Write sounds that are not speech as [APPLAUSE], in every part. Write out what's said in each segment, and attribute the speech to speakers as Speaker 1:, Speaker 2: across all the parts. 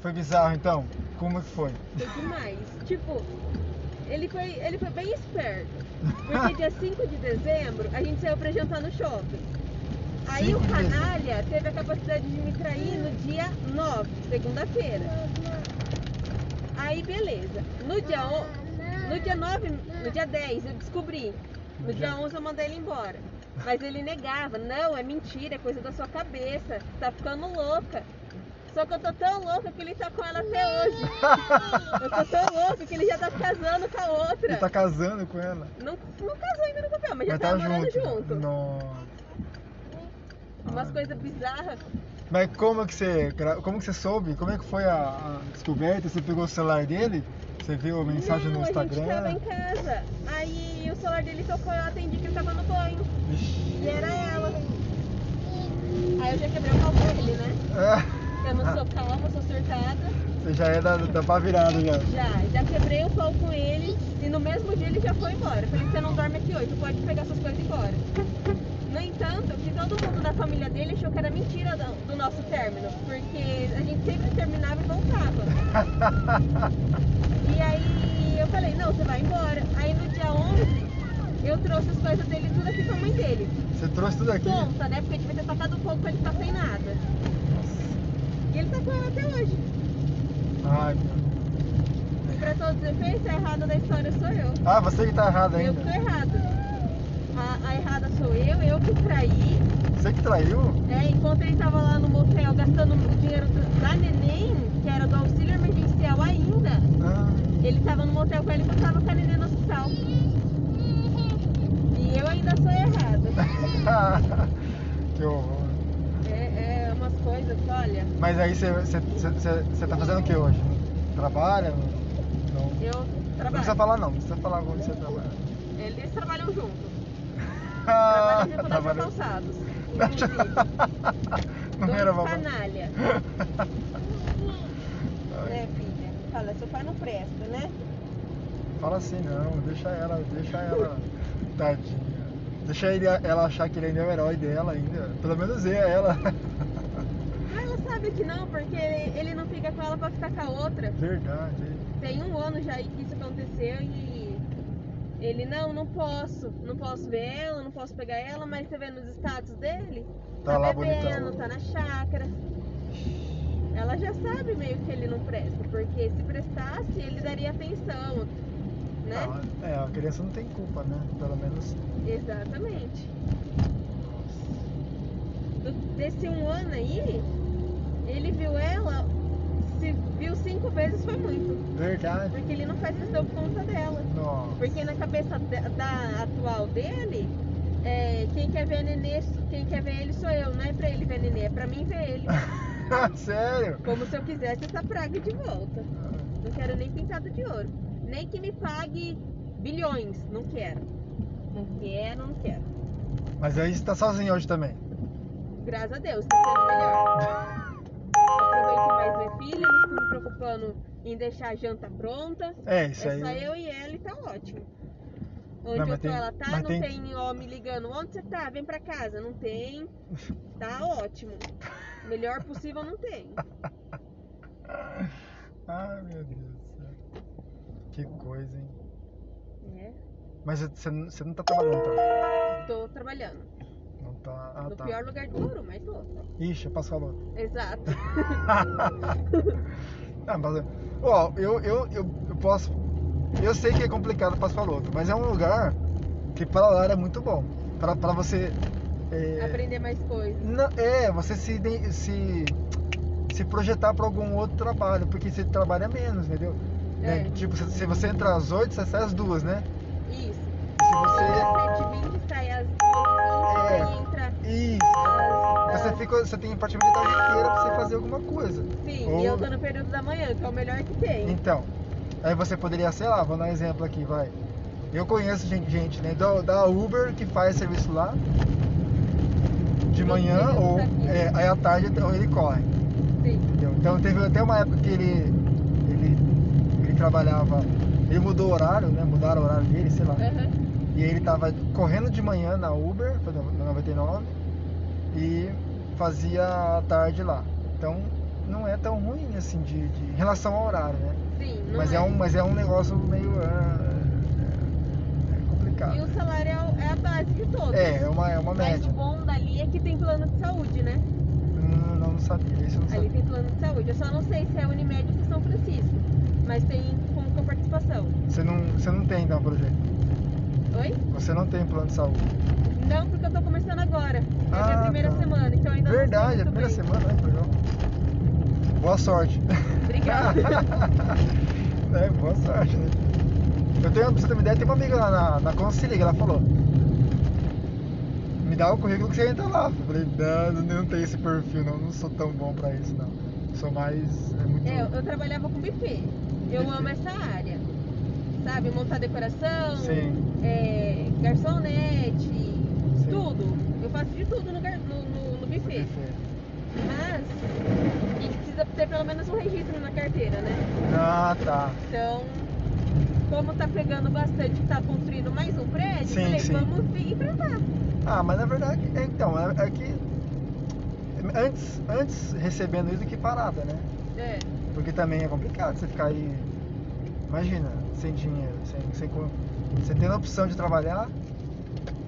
Speaker 1: Foi bizarro então? Como que foi?
Speaker 2: Foi demais. Tipo, ele foi, ele foi bem esperto.
Speaker 1: [LAUGHS]
Speaker 2: Porque dia 5 de dezembro a gente saiu pra jantar no shopping. Aí
Speaker 1: 5
Speaker 2: o
Speaker 1: de
Speaker 2: canalha teve a capacidade de me trair no dia 9, segunda-feira. Aí beleza. No dia, on- no dia 9, no dia 10 eu descobri. No dia 11 eu mandei ele embora. Mas ele negava, não, é mentira, é coisa da sua cabeça, tá ficando louca. Só que eu tô tão louca que ele tá com ela até hoje.
Speaker 1: [LAUGHS]
Speaker 2: Eu tô tão louca que ele já tá casando com a outra.
Speaker 1: Ele tá casando com ela.
Speaker 2: Não, não casou ainda no papel, mas já
Speaker 1: Mas
Speaker 2: tá
Speaker 1: tá
Speaker 2: morando
Speaker 1: junto.
Speaker 2: junto.
Speaker 1: Nossa.
Speaker 2: Umas coisas bizarras.
Speaker 1: Mas como é que você. gra- Como que você soube? Como é que foi a, a descoberta? Você pegou o celular dele? Você viu a mensagem
Speaker 2: não,
Speaker 1: no
Speaker 2: a gente tava em
Speaker 1: Instagram?
Speaker 2: casa. Aí o celular dele tocou, eu atendi que ele tava no banho.
Speaker 1: Vixe.
Speaker 2: E era ela. Aí eu já quebrei o pau dele, né?
Speaker 1: É.
Speaker 2: Eu não sou calma, sou surtada.
Speaker 1: [LAUGHS] Você já é da, da pá virada já. [LAUGHS]
Speaker 2: Já, já quebrei o pau com ele e no mesmo dia ele já foi embora. Eu Falei, você não dorme aqui hoje, pode pegar suas coisas e ir embora. No entanto, que todo mundo da família dele achou que era mentira do, do nosso término, porque a gente sempre terminava e voltava. E aí eu falei, não, você vai embora. Aí no dia 11, eu trouxe as coisas dele tudo aqui pra mãe dele.
Speaker 1: Você trouxe tudo aqui?
Speaker 2: Tonta, né? Porque devia ter tacado fogo pra ele ficar sem nada. E ele tá com ela até hoje.
Speaker 1: Ai, meu Deus.
Speaker 2: E pra todos os efeitos, a errada da história sou eu.
Speaker 1: Ah, você que tá errado
Speaker 2: Eu
Speaker 1: ainda.
Speaker 2: que tô errada. A, a errada sou eu, eu que traí.
Speaker 1: Você que traiu?
Speaker 2: né? Enquanto ele tava lá no motel gastando o dinheiro do- da neném, que era do auxílio emergencial ainda,
Speaker 1: Ah,
Speaker 2: ele tava no motel com ela e eu tava com a neném no hospital. E eu ainda sou errada.
Speaker 1: Ah. [LAUGHS] que horror.
Speaker 2: É, é umas coisas que, olha,
Speaker 1: Mas aí você- você você- você tá fazendo o que hoje? Trabalha? Não. Não
Speaker 2: eu
Speaker 1: precisa
Speaker 2: trabalho.
Speaker 1: falar não, não precisa falar onde você trabalha.
Speaker 2: Eles trabalham juntos.
Speaker 1: Ah,
Speaker 2: Trabalham juntos nas
Speaker 1: trabalha- [LAUGHS]
Speaker 2: calçados, inclusive.
Speaker 1: Não
Speaker 2: Dois
Speaker 1: era babá.
Speaker 2: canalha. Né, filha? Fala, seu pai não presta, né?
Speaker 1: Fala assim não, deixa ela, deixa ela. Tadinha. Deixa ele, ela achar que ele ainda é o herói dela ainda. Pelo menos é ela. [LAUGHS]
Speaker 2: Ah, Ela sabe que não, porque ele, ele não fica com ela pra ficar com a outra.
Speaker 1: Verdade.
Speaker 2: Tem um ano já aí que isso aconteceu e ele, não, não posso. Não posso ver ela, não posso pegar ela, mas você vê nos status dele,
Speaker 1: Tá
Speaker 2: tá
Speaker 1: lá
Speaker 2: bebendo,
Speaker 1: bonitão.
Speaker 2: tá na chácara. Ela já sabe meio que ele não presta, porque se prestasse, ele daria atenção, né?
Speaker 1: Ah, é, a criança não tem culpa, né? Pelo menos.
Speaker 2: Exatamente. Do- desse um ano aí, ele viu ela, se viu cinco vezes foi muito.
Speaker 1: Verdade.
Speaker 2: Porque ele não faz questão por conta dela.
Speaker 1: Nossa.
Speaker 2: Porque na cabeça de- da atual dele, é, quem quer ver a nenê, quem quer ver ele sou eu, não é pra ele ver a nenê, é pra mim ver ele. [LAUGHS]
Speaker 1: [LAUGHS] Sério?
Speaker 2: Como se eu quisesse essa praga de volta. Não quero nem pintado de ouro. Nem que me pague bilhões. Não quero. Não quero, não quero.
Speaker 1: Mas aí você tá sozinho hoje também.
Speaker 2: Graças a Deus, tá sendo melhor. Aproveito mais minha filha, não fico me preocupando em deixar a janta pronta.
Speaker 1: É,
Speaker 2: É
Speaker 1: isso aí.
Speaker 2: só eu e ela e tá ótimo. Onde
Speaker 1: Não, mas
Speaker 2: eu tô,
Speaker 1: tem-
Speaker 2: ela tá,
Speaker 1: mas
Speaker 2: não
Speaker 1: tem-
Speaker 2: tem... homem ligando. Onde você tá? Vem pra casa. Não tem.
Speaker 1: [LAUGHS]
Speaker 2: Tá ótimo. Melhor possível não tem.
Speaker 1: Ai, meu Deus do céu. Que coisa, hein?
Speaker 2: né?
Speaker 1: Mas você não você não tá trabalhando, então?
Speaker 2: Tô trabalhando.
Speaker 1: Não tá. Ah,
Speaker 2: no
Speaker 1: tá.
Speaker 2: pior lugar do ouro, mas tô.
Speaker 1: Ixi, passou a lua. [LAUGHS]
Speaker 2: Exato.
Speaker 1: Ah, mas. Ó, eu, eu, eu, eu posso. Eu sei que é complicado passar a lua, mas é um lugar que pra lá era muito bom. Pra, pra você. é,
Speaker 2: Aprender mais coisas.
Speaker 1: Não, é, você se, iden- se, se projetar para algum outro trabalho, porque você trabalha menos, entendeu? Né?
Speaker 2: É.
Speaker 1: Tipo, se, se você entrar às 8, você sai às 2, né?
Speaker 2: Isso.
Speaker 1: E se você.
Speaker 2: Às 7h20 sai às 12h20
Speaker 1: É.
Speaker 2: e entra
Speaker 1: Isso!
Speaker 2: às.
Speaker 1: Você,
Speaker 2: às-
Speaker 1: fica, você tem praticamente a tarde inteira pra você fazer alguma coisa.
Speaker 2: Sim,
Speaker 1: Ou-
Speaker 2: e eu tô no período da manhã, que é o melhor que tem.
Speaker 1: Então, aí você poderia, sei lá, vou dar um exemplo aqui, vai. Eu conheço gente, gente né, da, da Uber que faz serviço lá de
Speaker 2: Sim,
Speaker 1: manhã,
Speaker 2: eu
Speaker 1: ou
Speaker 2: sabia.
Speaker 1: é, aí à tarde ele corre.
Speaker 2: Sim.
Speaker 1: Entendeu? Então teve até uma época que ele, ele, ele trabalhava, ele mudou o horário, né? Mudaram o horário dele, sei lá.
Speaker 2: Aham.
Speaker 1: E ele tava correndo de manhã na Uber, na 99, e fazia a tarde lá. Então não é tão ruim assim de, de- em relação ao horário, né?
Speaker 2: Sim, não
Speaker 1: Mas é. um, mas é um negócio meio ah, é complicado.
Speaker 2: E o salário é, o- é a base de todos.
Speaker 1: É, é uma, é uma
Speaker 2: Mas
Speaker 1: média.
Speaker 2: o bom dali é que tem plano de saúde, né?
Speaker 1: Não, não, não sabia, isso eu não
Speaker 2: Ali
Speaker 1: sabia.
Speaker 2: tem plano de saúde. Eu só não sei se é Unimed ou se é São Francisco. Mas tem como coparticipação.
Speaker 1: Você não, você não tem então projeto.
Speaker 2: Oi?
Speaker 1: Você não tem plano de saúde.
Speaker 2: Não, porque eu tô começando agora. É a minha
Speaker 1: Ah,
Speaker 2: primeira
Speaker 1: tá.
Speaker 2: semana, então ainda
Speaker 1: Verdade, é a
Speaker 2: não sei muito
Speaker 1: primeira
Speaker 2: bem.
Speaker 1: semana, né? Legal. Boa sorte.
Speaker 2: Obrigada.
Speaker 1: [LAUGHS] é, boa sorte, né? Eu tenho, pra você ter uma ideia, tem uma amiga lá na, na Consiliga, ela falou. Me dá o currículo que você entra lá. Eu falei, não, eu não tenho esse perfil, não, não sou tão bom pra isso, não. Sou mais. É muito.
Speaker 2: É, eu, eu trabalhava com buffet. Eu
Speaker 1: Buffet.
Speaker 2: amo essa área. Sabe, montar decoração,
Speaker 1: Sim.
Speaker 2: é, garçonete, tudo. Eu faço de tudo no, gar- no, no- no
Speaker 1: sou
Speaker 2: buffet.
Speaker 1: buffet.
Speaker 2: Mas, e precisa ter pelo menos um registro na carteira, né?
Speaker 1: Ah, tá.
Speaker 2: Então, como tá pegando bastante, tá construindo mais um prédio,
Speaker 1: Sim,
Speaker 2: eu falei,
Speaker 1: sim.
Speaker 2: vamos vir enfrentar.
Speaker 1: Ah, mas na verdade, é, então, é, é que. Antes, antes recebendo isso do que parada, né?
Speaker 2: É,
Speaker 1: Porque também é complicado você ficar aí. Imagina, sem dinheiro, sem, sem con- você tendo a opção de trabalhar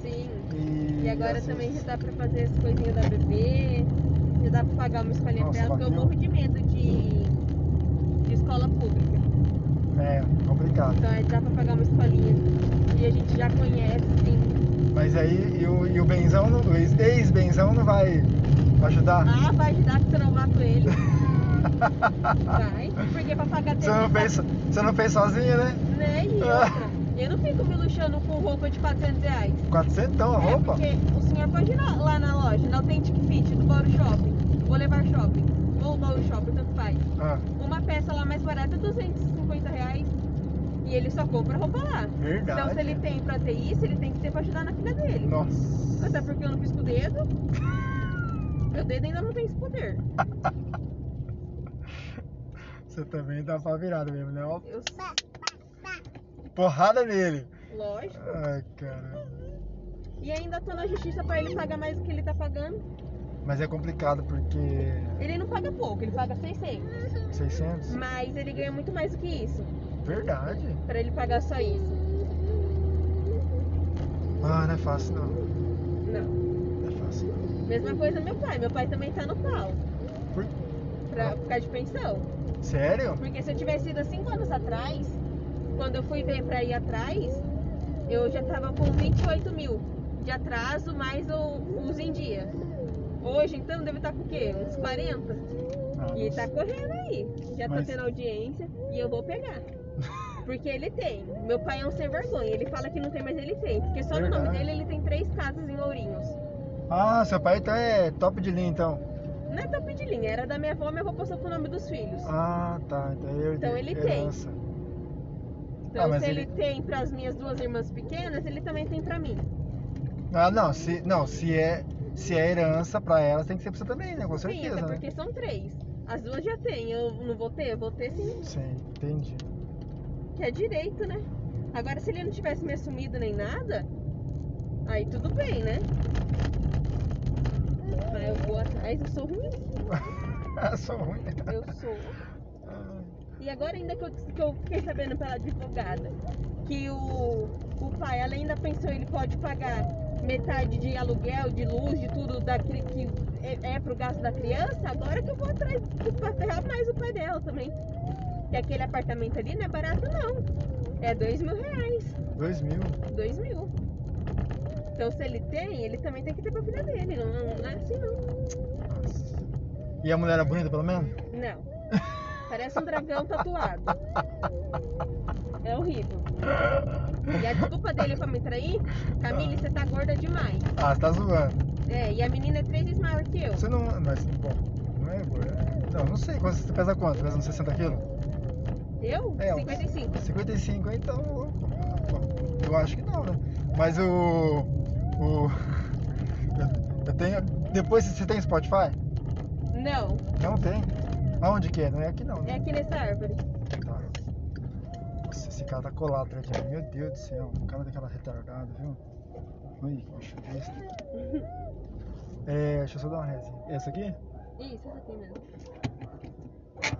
Speaker 2: sim.
Speaker 1: e.
Speaker 2: E agora
Speaker 1: às
Speaker 2: também já
Speaker 1: vezes-
Speaker 2: dá pra fazer as coisinhas da bebê, já dá pra pagar uma escolinha
Speaker 1: Nossa,
Speaker 2: pra ela, porque eu
Speaker 1: bateu.
Speaker 2: morro de medo de, de escola pública. tá
Speaker 1: É, complicado.
Speaker 2: Então aí dá pra pagar uma escolinha que a gente já conhece, assim.
Speaker 1: Mas aí e o, e o benzão, não- o ex- ex-benzão não vai ajudar?
Speaker 2: Ah, vai ajudar que você não mato ele. Ah.
Speaker 1: [LAUGHS]
Speaker 2: Vai, porque pra pagar
Speaker 1: Ah. Você é não fez, você não fez sozinha, né?
Speaker 2: Né, e outra. Eu não fico me luxando com roupa de 400 reais.
Speaker 1: 400 a
Speaker 2: É,
Speaker 1: roupa?
Speaker 2: porque o senhor pode ir na- lá na loja, na Authentic Fit, do Bauru Shopping, vou levar shopping, ou Bauru Shopping, tanto faz.
Speaker 1: Ah,
Speaker 2: Uma peça lá mais barata é 250 reais e ele só compra roupa lá.
Speaker 1: verdade.
Speaker 2: Então se ele tem pra ter isso, ele tem que ter pra ajudar na filha dele.
Speaker 1: Nossa.
Speaker 2: Até é porque eu não fiz com o dedo. Meu dedo ainda não tem esse poder.
Speaker 1: [LAUGHS] Você também dá pra virada mesmo, né? Ó,
Speaker 2: Eu
Speaker 1: porrada nele.
Speaker 2: lógico.
Speaker 1: Ai, caramba.
Speaker 2: E ainda tô na justiça pra ele pagar mais do que ele tá pagando.
Speaker 1: Mas é complicado porque.
Speaker 2: Ele não paga pouco, ele paga 600.
Speaker 1: 600?
Speaker 2: Mas ele ganha muito mais do que isso.
Speaker 1: Verdade.
Speaker 2: Pra ele pagar só isso.
Speaker 1: Ah, não é fácil não.
Speaker 2: Não.
Speaker 1: Não é fácil.
Speaker 2: Mesma coisa meu pai. Meu pai também tá no pau.
Speaker 1: Por-
Speaker 2: Pra ficar de pensão.
Speaker 1: Sério?
Speaker 2: Porque se eu tivesse ido há 5 anos atrás, quando eu fui ver pra ir atrás, eu já tava com 28 mil de atraso, mais o uso em dia. Hoje, então, deve estar com o quê? Uns 40?
Speaker 1: Ah,
Speaker 2: E tá correndo aí. Já tá
Speaker 1: Mas-
Speaker 2: tendo audiência e eu vou pegar.
Speaker 1: [LAUGHS]
Speaker 2: Porque ele tem. Meu pai é um sem vergonha. Ele fala que não tem, mas ele tem. Porque só no nome
Speaker 1: Verdade.
Speaker 2: dele ele tem três casas em Ourinhos.
Speaker 1: Ah, seu pai então é top de linha então.
Speaker 2: Não é top de linha, era da minha avó, minha avó passou pro nome dos filhos.
Speaker 1: Ah, tá. Então, eu
Speaker 2: Então ele tem.
Speaker 1: herança.
Speaker 2: Então,
Speaker 1: Ah, mas
Speaker 2: se ele,
Speaker 1: ele-
Speaker 2: tem para as minhas duas irmãs pequenas, ele também tem para mim.
Speaker 1: Ah, não, se, não, se é, se é herança pra elas, tem que ser pra você também, né? Com
Speaker 2: Sim, até
Speaker 1: certeza, né?
Speaker 2: porque são três. As duas já têm, eu não vou ter, eu vou ter sim,
Speaker 1: Sim, entendi. [LAUGHS]
Speaker 2: que é direito, né? Agora, se ele não tivesse me assumido nem nada, aí tudo bem, né? Mas eu vou atrás, eu sou ruim,
Speaker 1: Sou ruim. né? Ah,
Speaker 2: eu sou. E agora ainda que eu, que eu fiquei sabendo pela advogada que o, o pai, além da pensão, ele pode pagar metade de aluguel, de luz, de tudo da, cri- que é, é pro gasto da criança, agora que eu vou atrás pra ferrar mais o pai dela também. E aquele apartamento ali não é barato não. É dois mil reais.
Speaker 1: Dois mil.
Speaker 2: Dois mil. Então se ele tem, ele também tem que ter pra filha dele. Não, não é assim não.
Speaker 1: Nossa. E a mulher é bonita, pelo menos?
Speaker 2: Não. Parece um
Speaker 1: [LAUGHS]
Speaker 2: dragão tatuado. É horrível. E a desculpa dele pra me trair, Camille, você tá gorda demais.
Speaker 1: Ah, você tá zoando.
Speaker 2: É, e a menina é três vezes maior que eu.
Speaker 1: Você não. Mas, bom, não é. Não, não sei. quanto- Você pesa quanto? Pesa uns 60 quilos?
Speaker 2: Eu?
Speaker 1: É, ó.
Speaker 2: 55.
Speaker 1: 55, então. bom, Eu acho que não, né? Mas o. O. [LAUGHS] eu- Eu tenho. Depois você tem Spotify?
Speaker 2: Não,
Speaker 1: Não tem. Aonde que é? Não é aqui não,
Speaker 2: é
Speaker 1: né?
Speaker 2: aqui nessa árvore. [LAUGHS]
Speaker 1: Tá. Nossa, esse cara tá colado aqui. ó. Meu Deus do céu. O cara daquela retardada, viu? Ui, que bicho besta. É, deixa eu só dar uma resinha. Essa aqui?
Speaker 2: né? Isso, essa aqui mesmo.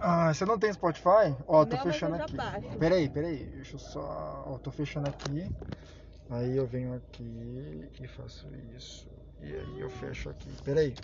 Speaker 1: Ah, você não tem Spotify? Ó, tô
Speaker 2: Não, mas eu
Speaker 1: fechando
Speaker 2: já
Speaker 1: aqui.
Speaker 2: baixo.
Speaker 1: Peraí, peraí. Deixa eu só. Ó, tô fechando aqui. Aí eu venho aqui e faço isso. E aí eu fecho aqui. Peraí.